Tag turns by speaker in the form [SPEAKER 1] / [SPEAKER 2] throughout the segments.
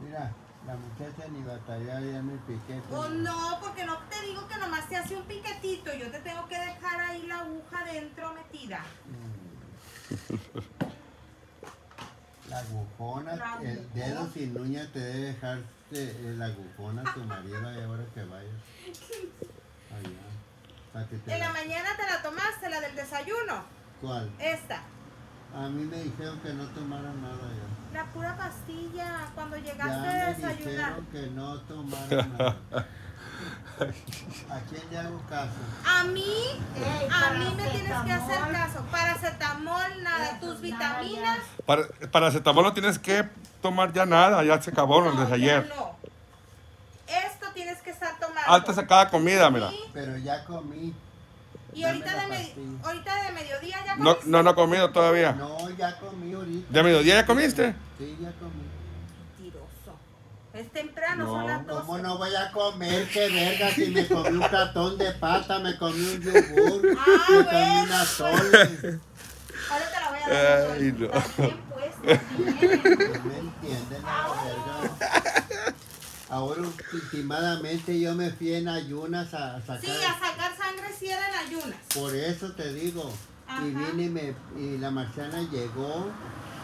[SPEAKER 1] mira, la muchacha ni batalla ya me piqué.
[SPEAKER 2] Oh, no, porque no te digo que nomás se hace un piquetito. Yo te tengo que dejar ahí la aguja dentro metida.
[SPEAKER 1] La agujona,
[SPEAKER 2] La
[SPEAKER 1] el dedo
[SPEAKER 2] agujona.
[SPEAKER 1] sin uña te debe dejar eh, la agujona a tu marido y ahora que vayas. Allá. Para que te
[SPEAKER 2] En la
[SPEAKER 1] la-
[SPEAKER 2] mañana te la tomaste, la del desayuno.
[SPEAKER 1] ¿Cuál?
[SPEAKER 2] Esta.
[SPEAKER 1] A mí me dijeron que no tomara nada ya.
[SPEAKER 2] La pura pastilla, cuando llegaste a
[SPEAKER 1] Ya me
[SPEAKER 2] desayunar.
[SPEAKER 1] dijeron que no tomara nada. ¿A quién le hago caso?
[SPEAKER 2] A mí,
[SPEAKER 3] Ey,
[SPEAKER 2] a mí me tienes que
[SPEAKER 3] paracetamol.
[SPEAKER 2] hacer caso. Paracetamol, nada,
[SPEAKER 3] Ya,
[SPEAKER 2] tus
[SPEAKER 3] nada,
[SPEAKER 2] vitaminas.
[SPEAKER 4] Para, paracetamol no tienes que tomar ya nada, ya se acabaron
[SPEAKER 2] no,
[SPEAKER 4] desde
[SPEAKER 2] ya
[SPEAKER 4] ayer. Ah,
[SPEAKER 2] no. Esto tienes que estar tomando.
[SPEAKER 4] Antes a cada comida, mira.
[SPEAKER 2] Y-
[SPEAKER 1] Pero ya comí.
[SPEAKER 2] Y,
[SPEAKER 1] Dame
[SPEAKER 2] ahorita,
[SPEAKER 1] la
[SPEAKER 2] de me-
[SPEAKER 1] pastilla.
[SPEAKER 2] ahorita de mediodía ya
[SPEAKER 4] No,
[SPEAKER 2] comiste.
[SPEAKER 4] no, no he comido todavía.
[SPEAKER 1] No, ya comí ahorita.
[SPEAKER 4] ¿De mediodía ya comiste?
[SPEAKER 1] Sí, ya comí.
[SPEAKER 2] Mentiroso. Es temprano, son
[SPEAKER 4] No.
[SPEAKER 2] las 12.
[SPEAKER 1] ¿Cómo no voy a comer? ¡Qué verga! Si me comí un cartón de pata, me comí un yogur,
[SPEAKER 2] Ah,
[SPEAKER 1] me
[SPEAKER 2] bueno,
[SPEAKER 1] comí una
[SPEAKER 2] pues.
[SPEAKER 1] sol.
[SPEAKER 2] Ahora te la voy a dar.
[SPEAKER 4] Ay, no.
[SPEAKER 2] Está bien puesta, bien.
[SPEAKER 1] No me entienden la verga. Ahora, últimamente, yo me fui en ayunas a, a sacar.
[SPEAKER 2] Sí, a sacar sangre si eran ayunas.
[SPEAKER 1] Por eso te digo.
[SPEAKER 2] Ajá.
[SPEAKER 1] Y vine y, me, y la marciana llegó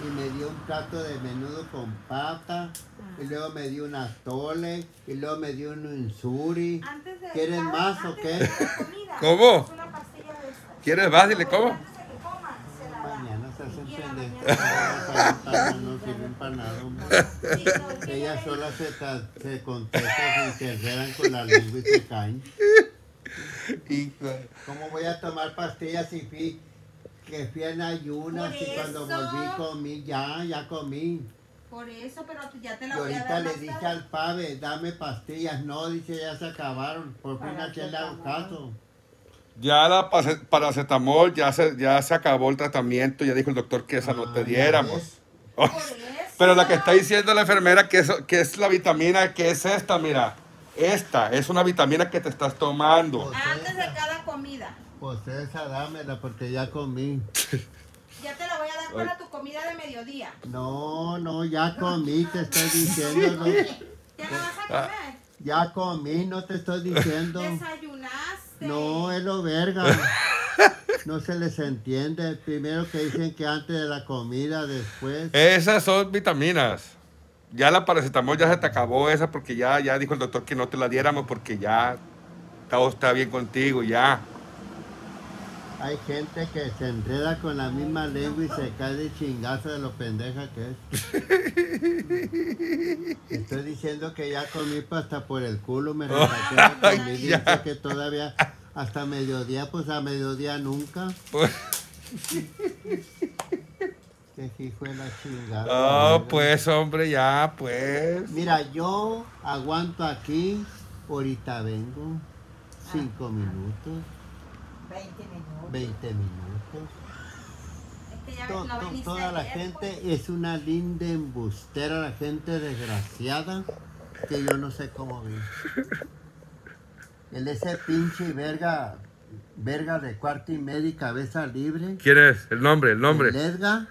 [SPEAKER 1] y me dio un plato de menudo con pata.
[SPEAKER 2] Ah.
[SPEAKER 1] Y luego me dio un atole. Y luego me dio un insuri.
[SPEAKER 2] Antes de
[SPEAKER 1] ¿Quieres
[SPEAKER 2] cada-
[SPEAKER 1] más o
[SPEAKER 2] antes
[SPEAKER 1] qué?
[SPEAKER 2] de cada comida,
[SPEAKER 4] ¿Cómo?
[SPEAKER 2] es una pastilla de estas.
[SPEAKER 4] ¿Quieres más? Dile, ¿cómo?
[SPEAKER 2] Antes de que coman, se la da.
[SPEAKER 1] Mañana se hacen
[SPEAKER 2] Y en la
[SPEAKER 1] pendejas. No sirven para nada. hombre.
[SPEAKER 2] Sí, no, es que
[SPEAKER 1] Ellas
[SPEAKER 2] yo le-
[SPEAKER 1] solas se, ta- se contestan y se enredan con la lengua y se caen. ¿Cómo voy a tomar pastillas si fui, que fui en ayunas
[SPEAKER 2] Por
[SPEAKER 1] y cuando
[SPEAKER 2] eso.
[SPEAKER 1] volví comí? Ya, ya comí.
[SPEAKER 2] Por eso, pero ya te
[SPEAKER 1] Y
[SPEAKER 2] la voy a dar.
[SPEAKER 1] ahorita le
[SPEAKER 2] más
[SPEAKER 1] dije
[SPEAKER 2] tarde.
[SPEAKER 1] al Pave, dame pastillas. No, dice, ya se acabaron. Por fin
[SPEAKER 3] Para
[SPEAKER 1] aquí le hago
[SPEAKER 3] acabar.
[SPEAKER 1] caso.
[SPEAKER 4] Ya la pase- paracetamol, ya se, ya se acabó el tratamiento, ya dijo el doctor que esa no
[SPEAKER 1] Ah,
[SPEAKER 4] te
[SPEAKER 1] ya
[SPEAKER 4] diéramos.
[SPEAKER 1] ves.
[SPEAKER 4] Ay,
[SPEAKER 2] Por eso.
[SPEAKER 4] Pero la que está diciendo la enfermera que es, que es la vitamina, que es esta, mira. Esta es una vitamina que te estás tomando.
[SPEAKER 2] Antes de cada comida.
[SPEAKER 1] Pues esa dámela porque ya comí.
[SPEAKER 2] Ya te la voy a dar para tu comida de mediodía.
[SPEAKER 1] No, no, ya comí, te estoy diciendo. No.
[SPEAKER 2] ¿Ya la vas a
[SPEAKER 4] Ah.
[SPEAKER 2] comer?
[SPEAKER 1] Ya comí, no te estoy diciendo.
[SPEAKER 2] Desayunaste.
[SPEAKER 1] No, es lo verga. No se les entiende. Primero que dicen que antes de la comida, después.
[SPEAKER 4] Esas son vitaminas. Ya la paracetamol ya se te acabó esa porque ya, ya dijo el doctor que no te la diéramos porque ya todo está bien contigo, ya.
[SPEAKER 1] Hay gente que se enreda con la misma lengua y se cae de chingazo de lo pendeja que es. Estoy diciendo que ya comí hasta por el culo, me regateé la comida y
[SPEAKER 4] Ya.
[SPEAKER 1] dice que todavía hasta mediodía, pues a mediodía nunca. Que hijo de la chingada.
[SPEAKER 4] No,
[SPEAKER 1] verga.
[SPEAKER 4] pues hombre, ya, pues.
[SPEAKER 1] Mira, yo aguanto aquí, ahorita vengo, cinco minutos,
[SPEAKER 3] 20 minutos.
[SPEAKER 1] 20 minutos.
[SPEAKER 2] Es que ya ves,
[SPEAKER 1] To-
[SPEAKER 2] no
[SPEAKER 1] to-
[SPEAKER 2] viniste
[SPEAKER 1] toda la
[SPEAKER 2] ayer, pues.
[SPEAKER 1] gente es una linda embustera, la gente desgraciada, que yo no sé cómo vi. El ese pinche verga, verga de cuarto y medio y cabeza libre.
[SPEAKER 4] ¿Quién es? El nombre, el nombre.
[SPEAKER 1] El Edgar.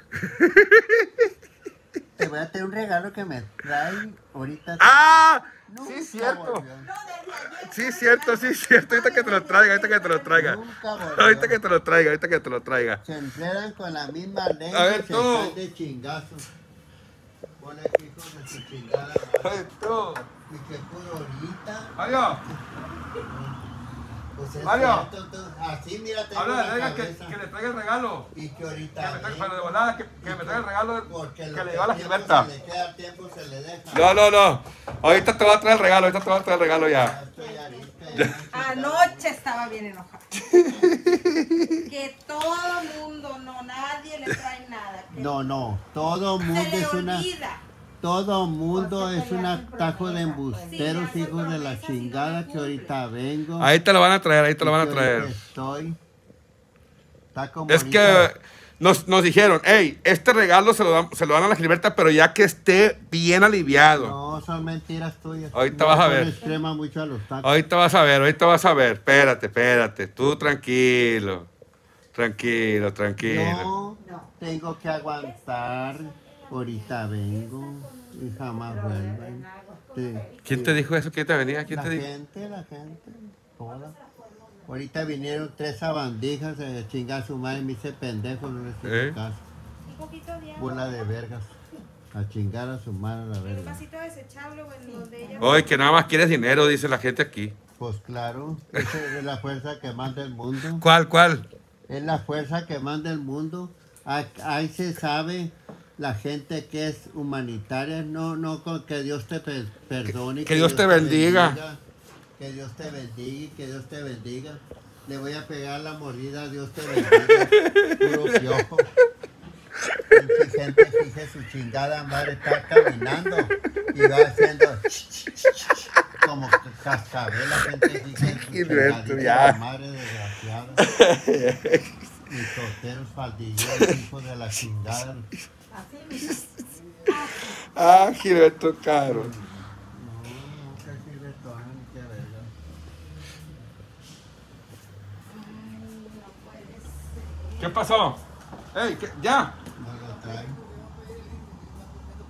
[SPEAKER 1] Te voy a tener un regalo que me trae ahorita.
[SPEAKER 4] ¡Ah!
[SPEAKER 1] Nunca
[SPEAKER 4] Sí, cierto.
[SPEAKER 1] volvió.
[SPEAKER 2] No, desde ayer.
[SPEAKER 4] Sí, cierto, sí, cierto. Ahorita que te lo traiga, ahorita que te lo traiga.
[SPEAKER 1] Nunca volvió.
[SPEAKER 4] Ahorita que te lo traiga, ahorita que te lo traiga.
[SPEAKER 1] Se enredan con la misma lengua
[SPEAKER 4] A ver,
[SPEAKER 1] y se
[SPEAKER 4] tú.
[SPEAKER 1] caen de chingazo. Pone hijos de su chingada madre.
[SPEAKER 4] tú.
[SPEAKER 1] Y que puro ahorita.
[SPEAKER 4] Mario,
[SPEAKER 1] Pues es
[SPEAKER 4] Mario.
[SPEAKER 1] cierto, tú- así mira tengo la cabeza.
[SPEAKER 4] traiga el regalo.
[SPEAKER 1] Y que ahorita venga.
[SPEAKER 4] volada, que,
[SPEAKER 1] Y porque lo tiempo Se le queda tiempo, se le deja.
[SPEAKER 4] No, no, no. Ahorita te va a traer el regalo, ahorita te va a traer el regalo ya.
[SPEAKER 1] Estoy ahorita, ya.
[SPEAKER 2] Anoche estaba bien enojada. que todo mundo, no, nadie le trae nada. que
[SPEAKER 1] No, no, todo
[SPEAKER 2] Se
[SPEAKER 1] mundo
[SPEAKER 2] le
[SPEAKER 1] es una,
[SPEAKER 2] olvida.
[SPEAKER 1] todo mundo
[SPEAKER 3] Porque
[SPEAKER 1] Pues es un
[SPEAKER 3] peleas sin
[SPEAKER 1] atajo de
[SPEAKER 3] promesa, pues.
[SPEAKER 1] embusteros,
[SPEAKER 2] Sí, hacen
[SPEAKER 1] hijos de la
[SPEAKER 2] promesas y no
[SPEAKER 1] chingada
[SPEAKER 2] las
[SPEAKER 1] que ahorita vengo.
[SPEAKER 4] Ahí te lo van a traer, ahí te lo van a
[SPEAKER 1] Yo
[SPEAKER 4] traer.
[SPEAKER 1] ahorita Estoy. Está como
[SPEAKER 4] Es que
[SPEAKER 1] ahorita-
[SPEAKER 4] nos, nos dijeron, hey, este regalo se lo, dan, se lo dan a la Gilberta, pero ya que esté bien aliviado.
[SPEAKER 1] No, son mentiras tuyas.
[SPEAKER 4] Ahorita
[SPEAKER 1] No,
[SPEAKER 4] vas a
[SPEAKER 1] son
[SPEAKER 4] ver.
[SPEAKER 1] extrema mucho a los tacos.
[SPEAKER 4] Ahorita vas a ver, ahorita vas a ver. Espérate, espérate. Tú tranquilo. Tranquilo, tranquilo.
[SPEAKER 1] No, tengo que aguantar. Ahorita vengo. y jamás
[SPEAKER 3] Pero en
[SPEAKER 1] vuelven.
[SPEAKER 3] algo.
[SPEAKER 1] Sí.
[SPEAKER 4] ¿Quién te dijo eso? ¿Quién te venía? ¿Quién
[SPEAKER 1] La
[SPEAKER 4] te dijo?
[SPEAKER 1] gente, la gente, toda. Ahorita vinieron tres sabandijas a chingar a su madre, me hice pendejo, no les hice
[SPEAKER 4] ¿Eh?
[SPEAKER 1] caso.
[SPEAKER 2] Un poquito de agua.
[SPEAKER 1] Bola de vergas. A chingar a su madre a la
[SPEAKER 2] En un
[SPEAKER 1] verga.
[SPEAKER 2] vasito desechable o en donde ella.
[SPEAKER 4] Oye, que nada más quieres dinero, dice la gente aquí.
[SPEAKER 1] Pues claro, esa es la fuerza que manda el mundo.
[SPEAKER 4] ¿Cuál, cuál?
[SPEAKER 1] Es la fuerza que manda el mundo. Ah, Ahí se sabe la gente que es humanitaria. No, no, con- que Dios te per- perdone. y
[SPEAKER 4] que Dios te bendiga.
[SPEAKER 1] Que Dios te bendiga y que Dios te bendiga. Le voy a pegar la mordida, Dios te bendiga. Puro piojo. Pinche gente, fije su chingada madre, está caminando y va haciendo como cascabel. La gente fije su
[SPEAKER 4] Y Roberto,
[SPEAKER 1] chingadita,
[SPEAKER 4] ya.
[SPEAKER 1] madre desgraciada. Y solteros faldilleros, hijos de la chingada.
[SPEAKER 3] Así mismo.
[SPEAKER 4] Ah, Gilberto
[SPEAKER 1] No,
[SPEAKER 4] Caro.
[SPEAKER 1] no, que sirve todo, ni que verga.
[SPEAKER 4] ¿Qué pasó? Ey, ¿qué- ya.
[SPEAKER 1] No lo traen.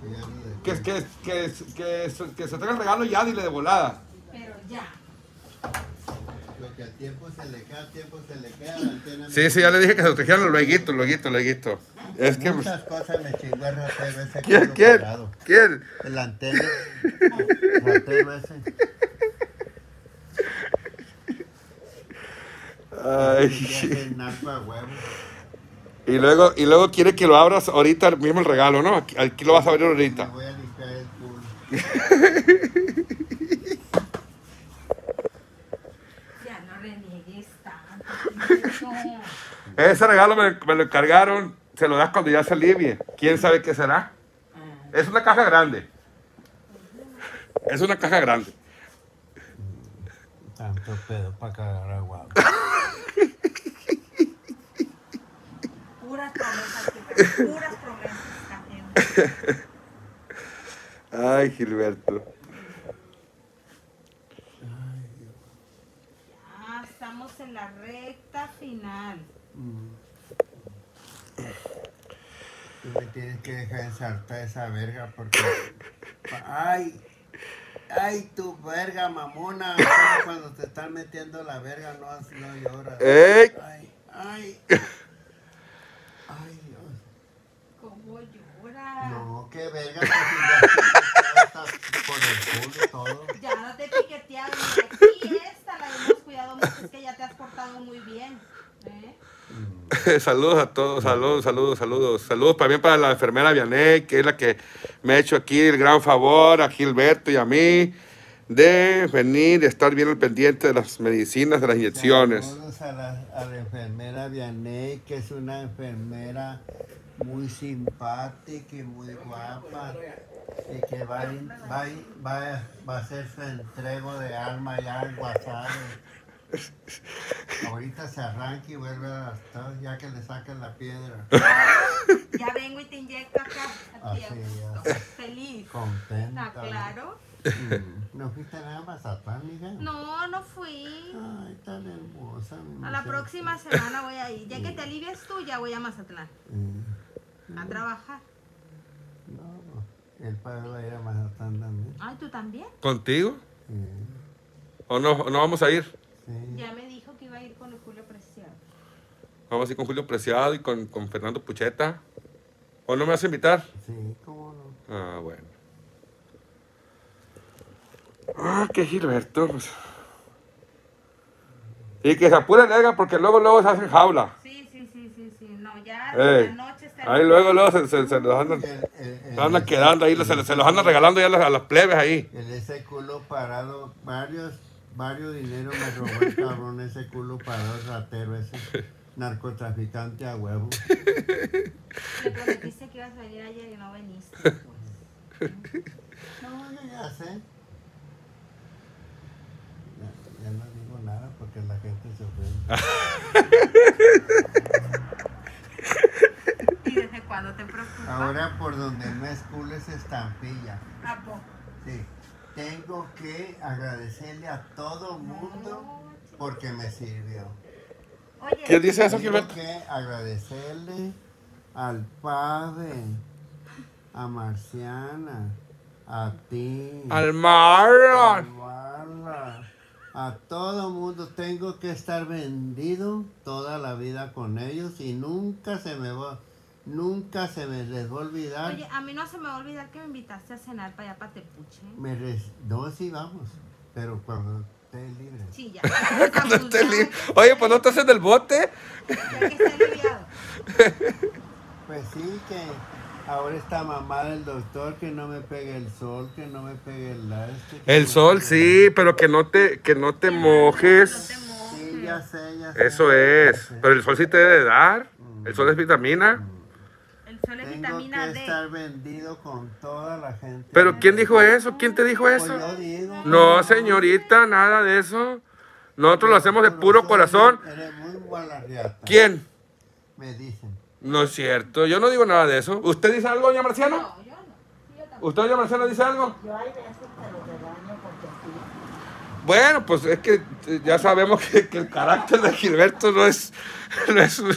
[SPEAKER 1] Ya lo dejé.
[SPEAKER 4] Que, que, que, que, que se traiga el regalo ya, dile de volada.
[SPEAKER 2] Pero ya.
[SPEAKER 1] Lo pues, que a tiempo se le queda, a tiempo se le queda. la antena
[SPEAKER 4] Sí,
[SPEAKER 1] me-
[SPEAKER 4] sí, ya le dije que se lo trajeran luego, luego, luego. Es que... pues,
[SPEAKER 1] Muchas cosas me chingó el ratero ese. que
[SPEAKER 4] ¿Quién,
[SPEAKER 1] ando
[SPEAKER 4] quién?
[SPEAKER 1] parado.
[SPEAKER 4] ¿Quién?
[SPEAKER 1] El antena. ratero ese. Ya
[SPEAKER 4] Ay,
[SPEAKER 1] es el narco a huevo.
[SPEAKER 4] y luego, y luego quiere que lo abras ahorita mismo el regalo, ¿no? Aquí, aquí lo vas a abrir
[SPEAKER 1] Me
[SPEAKER 4] ahorita.
[SPEAKER 1] voy a limpiar el culo.
[SPEAKER 2] Ya no reniegues tanto. No.
[SPEAKER 4] Ese regalo me, me lo encargaron, se lo das cuando ya se alivie. ¿Quién sabe qué será? Es una caja grande. Es una caja grande.
[SPEAKER 1] Tanto pedo para cagar a huevo.
[SPEAKER 2] Puras promesas, Gilberto, puras promesas esta gente.
[SPEAKER 4] Ay, Gilberto.
[SPEAKER 2] Ya estamos en la recta final.
[SPEAKER 1] Tú me tienes que dejar ensartar esa verga porque. ¡Ay! ¡Ay, tu verga, mamona! ¿Cómo Cuando te están metiendo la verga no, has- no lloras.
[SPEAKER 4] ¡Ey!
[SPEAKER 1] ¡Ay! ¡Ay! ¡Ay, Dios!
[SPEAKER 2] ¿Cómo llora?
[SPEAKER 1] No, qué verga, pues si ya está por el culo y todo.
[SPEAKER 2] Ya no te he piqueteado. ni Aquí esta la hemos cuidado mucho. Es que ya te has portado muy bien. ¿eh?
[SPEAKER 4] saludos a todos, saludos, saludos, saludos. Saludos también para la enfermera Vianey, que es la que me ha hecho aquí el gran favor a Gilberto y a mí de venir y estar bien al pendiente de las medicinas, de las inyecciones.
[SPEAKER 1] Saludos a la, a la enfermera Vianey, que es una enfermera muy simpática y muy guapa. Y que va, a in- va, a in- va, a- va a hacer su entrego de alma ya en WhatsApp. Ahorita se arranca y vuelve a gastar ya que le saquen la piedra.
[SPEAKER 2] Ya vengo y te inyecto acá. A ti,
[SPEAKER 1] Así
[SPEAKER 2] a gusto.
[SPEAKER 1] es.
[SPEAKER 2] Feliz.
[SPEAKER 1] Contenta.
[SPEAKER 2] ¿Está Ah, claro?
[SPEAKER 1] Mm. ¿No fuiste nada más a Mazatlán, mija?
[SPEAKER 2] No, no fui.
[SPEAKER 1] Ay, tan hermosa. mi
[SPEAKER 2] A la
[SPEAKER 1] mujer.
[SPEAKER 2] próxima semana voy a ir. Ya que te alivias tú, ya voy a Mazatlán.
[SPEAKER 1] Mm.
[SPEAKER 2] A trabajar.
[SPEAKER 1] No, el padre va a ir a Mazatlán también.
[SPEAKER 2] Ay, ¿tú también?
[SPEAKER 4] ¿Contigo?
[SPEAKER 1] Mm.
[SPEAKER 4] ¿O no, o no vamos a ir?
[SPEAKER 1] Sí.
[SPEAKER 2] Ya me dijo que iba a ir con el Julio Preciado.
[SPEAKER 4] Vamos a ir con Julio Preciado y con, con Fernando Pucheta. ¿O no me vas a invitar?
[SPEAKER 1] Sí, cómo no.
[SPEAKER 4] Ah, bueno. Ah, qué Gilberto. pues. Y que se apure nega porque luego luego se hacen jaula.
[SPEAKER 2] Sí, sí, sí, sí, sí. No, ya
[SPEAKER 4] Ey,
[SPEAKER 2] la noche está...
[SPEAKER 4] ahí luego luego se, se- se los andan,
[SPEAKER 1] El- el- el-
[SPEAKER 4] se andan quedando ahí, se, se los andan regalando ya a las, a las plebes ahí.
[SPEAKER 1] El ese culo parado, varios, varios dinero me robó el cabrón, ese culo parado ratero, ese narcotraficante a huevo.
[SPEAKER 2] Le prometiste que ibas a venir ayer y no veniste. pues.
[SPEAKER 1] No, yo ya sé. Ya, ya no digo nada porque la gente se ofende.
[SPEAKER 2] ¿Y desde cuándo te preocupas?
[SPEAKER 1] Ahora por donde no es culo es estampilla.
[SPEAKER 2] ¿A poco?
[SPEAKER 1] Sí. Tengo que agradecerle a todo mundo porque me sirvió.
[SPEAKER 2] Oye,
[SPEAKER 4] ¿Quién dice eso,
[SPEAKER 1] Tengo
[SPEAKER 4] Gilberto?
[SPEAKER 1] que agradecerle al padre, a Marciana, a ti,
[SPEAKER 4] al mar.
[SPEAKER 1] salvarla. A todo mundo tengo que estar vendido toda la vida con ellos y nunca se me va, nunca se me les va a olvidar.
[SPEAKER 2] Oye, a mí no se me va a olvidar que me invitaste a cenar para allá para Tepuche.
[SPEAKER 1] Me res- no, sí vamos, pero cuando esté libre.
[SPEAKER 2] Sí, ya.
[SPEAKER 4] Cuando esté libre. Oye, pues no te haces del bote.
[SPEAKER 2] Ya que está aliviado.
[SPEAKER 1] Pues sí, que ahora está mamada el doctor, que no me pegue el sol, que no me pegue el este, que
[SPEAKER 4] El
[SPEAKER 1] no
[SPEAKER 4] sol,
[SPEAKER 1] me-
[SPEAKER 4] sí, pero que no te, que no te mojes.
[SPEAKER 2] No te mojes.
[SPEAKER 1] Sí, ya sé, ya sé.
[SPEAKER 4] Eso es.
[SPEAKER 1] Ya sé.
[SPEAKER 4] Pero el sol sí te debe de dar. El sol es vitamina.
[SPEAKER 2] El sol es
[SPEAKER 1] Tengo que
[SPEAKER 2] vitamina D.
[SPEAKER 1] estar vendido con toda la gente.
[SPEAKER 4] Pero ¿quién dijo eso? ¿Quién te dijo
[SPEAKER 1] Pues yo
[SPEAKER 4] eso?
[SPEAKER 1] digo.
[SPEAKER 4] No, señorita, nada de eso. Nosotros lo hacemos de puro corazón.
[SPEAKER 1] Eres muy gualarriata.
[SPEAKER 4] ¿Quién?
[SPEAKER 1] Me dicen. Este
[SPEAKER 4] No es cierto. Yo no digo nada de eso. ¿Usted dice algo, doña Marciana?
[SPEAKER 2] No, yo no. Sí, yo tampoco.
[SPEAKER 4] ¿Usted, doña Marciana, dice algo?
[SPEAKER 3] Yo hay veces que lo regaño porque sí.
[SPEAKER 4] Bueno, pues es que eh, ya sabemos que, que el carácter de Gilberto no es, no es, un-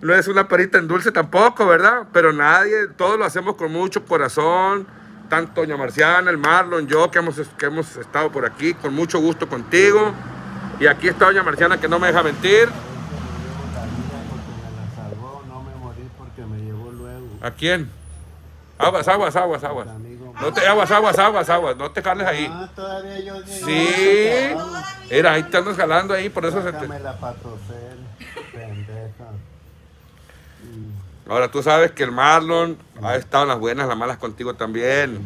[SPEAKER 4] no es una perita en dulce tampoco, ¿verdad? Pero nadie, todos lo hacemos con mucho corazón, tanto Doña Marciana, el Marlon, yo que hemos, que hemos estado por aquí, con mucho gusto contigo. Y aquí está Doña Marciana que no me deja mentir.
[SPEAKER 1] A veces me llevo la vida porque me la salvó. No me morí porque me llevó luego.
[SPEAKER 4] ¿A quién? Aguas, aguas, aguas, aguas.
[SPEAKER 1] Amigo.
[SPEAKER 4] No te, aguas, aguas, aguas, aguas. No te jales ahí.
[SPEAKER 1] Ah, todavía yo llegué.
[SPEAKER 4] Sí. Era, ahí te andas jalando ahí, por eso se te...
[SPEAKER 1] Sácame la patocel, pendeja. Mm,
[SPEAKER 4] Ahora tú sabes que el Marlon ha estado en las buenas, las malas contigo también.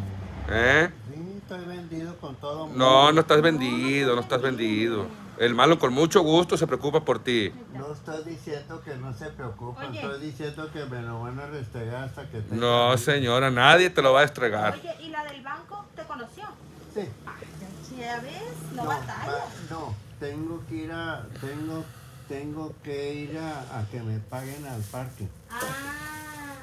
[SPEAKER 4] ¿Eh?
[SPEAKER 1] Sí, estoy vendido con todo mundo.
[SPEAKER 4] No, no estás vendido, no estás vendido. El Marlon con mucho gusto se preocupa por ti.
[SPEAKER 1] No estoy diciendo que no se preocupen,
[SPEAKER 2] Oye.
[SPEAKER 1] estoy diciendo que me lo van a restregar hasta que tenga.
[SPEAKER 4] No, señora, nadie te lo va a estregar.
[SPEAKER 2] Oye, ¿y la del banco te conoció?
[SPEAKER 1] Sí.
[SPEAKER 2] Sí, ya ves, no,
[SPEAKER 1] No,
[SPEAKER 2] batalla.
[SPEAKER 1] va- no, tengo que ir a, tengo, tengo que ir a, a que me paguen al parque.
[SPEAKER 2] Ah,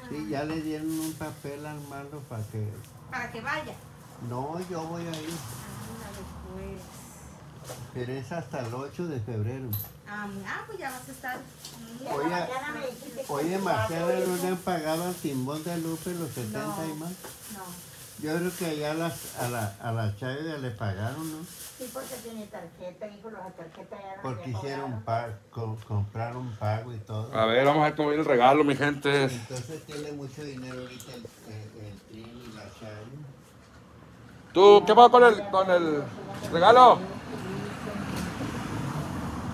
[SPEAKER 1] Sí, ya le dieron un papel al malo para que,
[SPEAKER 2] para que vaya. Ah,
[SPEAKER 1] no, yo voy a ir,
[SPEAKER 2] Ándale, pues.
[SPEAKER 1] pero es hasta el 8 de febrero.
[SPEAKER 2] Ah, ah, pues ya vas a estar.
[SPEAKER 3] Ya
[SPEAKER 1] Oye,
[SPEAKER 3] en la mañana me dijiste que
[SPEAKER 1] Oye,
[SPEAKER 3] te
[SPEAKER 1] Marcela,
[SPEAKER 3] hago
[SPEAKER 1] ¿no
[SPEAKER 3] eso.
[SPEAKER 1] le han pagado al Timbón de Lupe los 70 y
[SPEAKER 2] No.
[SPEAKER 1] más?
[SPEAKER 2] No.
[SPEAKER 1] Yo creo que allá a las, a la, a la Chávez ya le pagaron, ¿no?
[SPEAKER 3] Sí, porque tiene tarjeta, hijo, la tarjeta ya no
[SPEAKER 1] Porque
[SPEAKER 3] le
[SPEAKER 1] hicieron
[SPEAKER 3] cobraron.
[SPEAKER 1] pa- co- compraron pago y todo.
[SPEAKER 4] A ver, vamos a ver cómo viene el regalo, mi gente.
[SPEAKER 1] Entonces tiene mucho dinero ahorita el, el, el Trin y la Sharon.
[SPEAKER 4] ¿Tú qué pasa con el, con el regalo?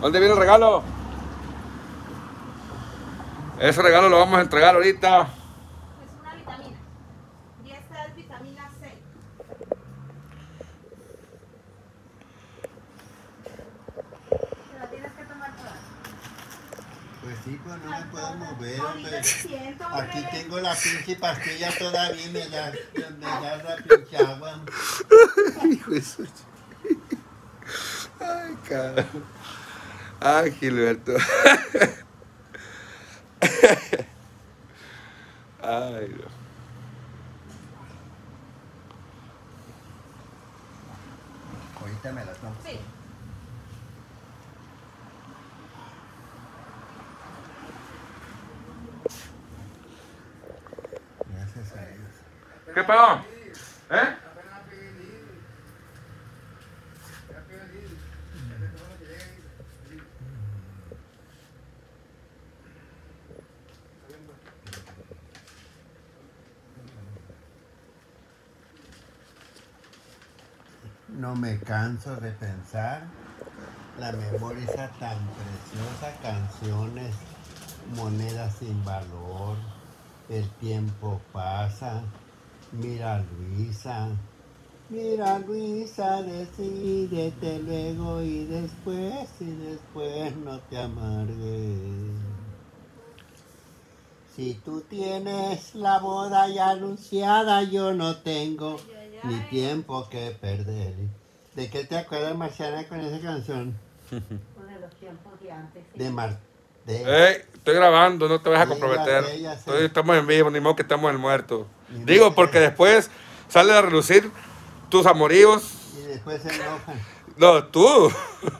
[SPEAKER 4] ¿Dónde viene el regalo? Ese regalo lo vamos a entregar ahorita.
[SPEAKER 2] Es Pues una vitamina. Y esta es vitamina C. Te la tienes que tomar toda.
[SPEAKER 1] Pues sí, pues no me puedo mover,
[SPEAKER 2] Ahorita
[SPEAKER 1] hombre.
[SPEAKER 2] te siento, hombre.
[SPEAKER 1] Aquí tengo la pinche pastilla todavía y me da, me da la pinche agua.
[SPEAKER 4] Hijo de su ch- Ay, cabrón. Ay, Gilberto. Ay, no.
[SPEAKER 1] Ahorita me la tomo.
[SPEAKER 2] Sí.
[SPEAKER 1] Gracias a Dios.
[SPEAKER 4] ¿Qué pasó? ¿Eh?
[SPEAKER 1] No me canso de pensar la memoria esa tan preciosa, canciones, monedas sin valor, el tiempo pasa, mira Luisa, mira Luisa, decídete luego y después y después no te amargues. Si tú tienes la boda ya anunciada, yo no tengo
[SPEAKER 2] Ay, ay,
[SPEAKER 1] ni
[SPEAKER 2] ay.
[SPEAKER 1] tiempo que perder. ¿De qué te acuerdas, Marciana, con esa canción?
[SPEAKER 3] Uno Pues de los tiempos de antes. sí.
[SPEAKER 1] De Mar... De...
[SPEAKER 4] Ey, estoy grabando, no te vas a
[SPEAKER 1] Sí,
[SPEAKER 4] comprometer.
[SPEAKER 1] ya sé, ya sé.
[SPEAKER 4] Estoy- estamos en vivo, ni modo que estamos en el muerto.
[SPEAKER 1] Ni
[SPEAKER 4] Digo,
[SPEAKER 1] modo.
[SPEAKER 4] porque después sale a relucir tus amoríos.
[SPEAKER 1] Y después se enojan.
[SPEAKER 4] No, tú.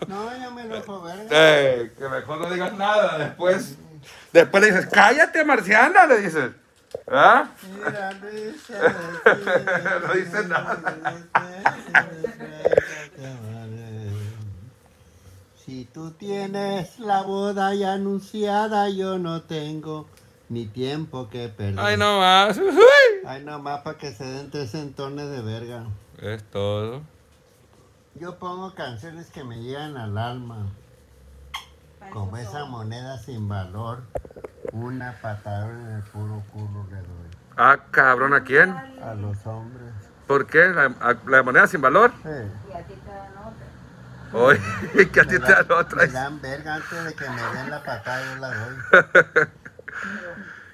[SPEAKER 1] No, yo me enojo,
[SPEAKER 4] Eh.
[SPEAKER 1] verga.
[SPEAKER 4] Ey, que mejor no digas nada. Después, después le dices, ¿Ah? cállate, Marciana, le dices. ¿Verdad?
[SPEAKER 1] Mira, Luis, se me olvida.
[SPEAKER 4] No dice nada.
[SPEAKER 1] Si tú tienes la boda ya anunciada, yo no tengo ni tiempo que perder.
[SPEAKER 4] Ay, no más. Uy.
[SPEAKER 1] Ay, nomás para que se den tres entones de verga.
[SPEAKER 4] Es todo.
[SPEAKER 1] Yo pongo canciones que me llegan al alma,
[SPEAKER 2] Para eso
[SPEAKER 1] como esa
[SPEAKER 2] todo.
[SPEAKER 1] moneda sin valor. Una patada en el puro culo le doy
[SPEAKER 4] Ah, cabrón, ¿a quién?
[SPEAKER 1] a los hombres.
[SPEAKER 4] ¿Por qué? ¿La, a- la moneda sin valor?
[SPEAKER 1] Sí.
[SPEAKER 3] Y a ti te dan otra.
[SPEAKER 4] Oye, que a ti te dan otra.
[SPEAKER 1] Me dan verga antes de que me den la patada, yo la doy.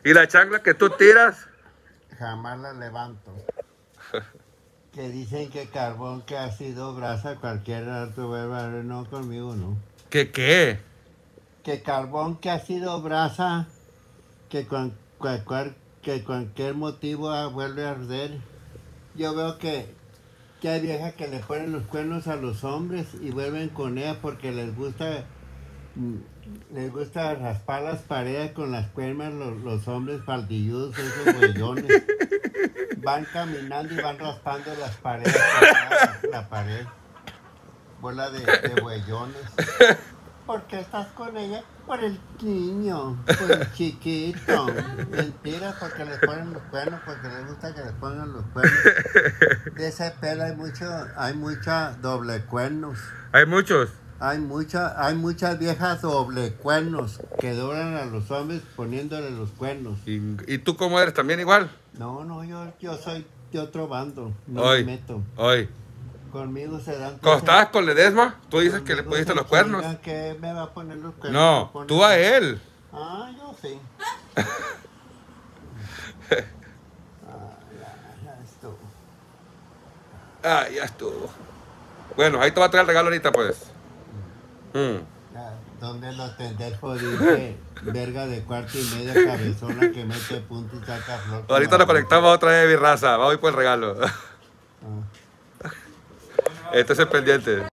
[SPEAKER 4] ¿Y la chancla que tú tiras?
[SPEAKER 1] Jamás la levanto. Que dicen que carbón que ha sido brasa, cualquier rato beba, no conmigo, no.
[SPEAKER 4] ¿Qué qué?
[SPEAKER 1] Que carbón que ha sido brasa, que con, cual- cual- que cualquier motivo ah, vuelve a arder. Yo veo que, que hay viejas que le ponen los cuernos a los hombres y vuelven con ella porque les gusta mm, les gusta raspar las paredes con las cuernas los, los hombres faldilludos, esos huellones. Van caminando y van raspando las paredes, la, la pared. Bola de, de huellones. ¿Por qué estás con ella? Por el niño, por el chiquito. Mentira, porque le ponen los cuernos, porque les gusta que le pongan los cuernos. De ese pelo hay mucho, hay mucha doble cuernos.
[SPEAKER 4] Hay muchos.
[SPEAKER 1] Hay mucha, hay muchas viejas doble cuernos que doblan a los hombres poniéndole los cuernos.
[SPEAKER 4] ¿Y, y tú cómo eres? ¿También igual?
[SPEAKER 1] No, no, yo, yo soy de otro bando, no
[SPEAKER 4] Hoy.
[SPEAKER 1] me meto.
[SPEAKER 4] Oye,
[SPEAKER 1] Conmigo se dan.
[SPEAKER 4] cuando
[SPEAKER 1] cosas-
[SPEAKER 4] estabas con Ledesma, tú dices que le
[SPEAKER 1] conmigo
[SPEAKER 4] pusiste
[SPEAKER 1] se
[SPEAKER 4] los cuernos.
[SPEAKER 1] chingan que me va a poner los cuernos.
[SPEAKER 4] No,
[SPEAKER 1] Me pone-
[SPEAKER 4] tú a él.
[SPEAKER 1] Ah, yo sí. Ah, ya, ya estuvo.
[SPEAKER 4] Ah, ya estuvo. Bueno, ahí te va a traer el regalo ahorita, pues. Mm.
[SPEAKER 1] Ya, ¿Dónde lo tendré jodido? que Verga de cuarto y medio cabezona que mete punto y saca flor.
[SPEAKER 4] Ahorita lo conectamos otra vez, mi raza. Vamos a ir por el regalo.
[SPEAKER 1] Ah.
[SPEAKER 4] Entonces Este pendiente.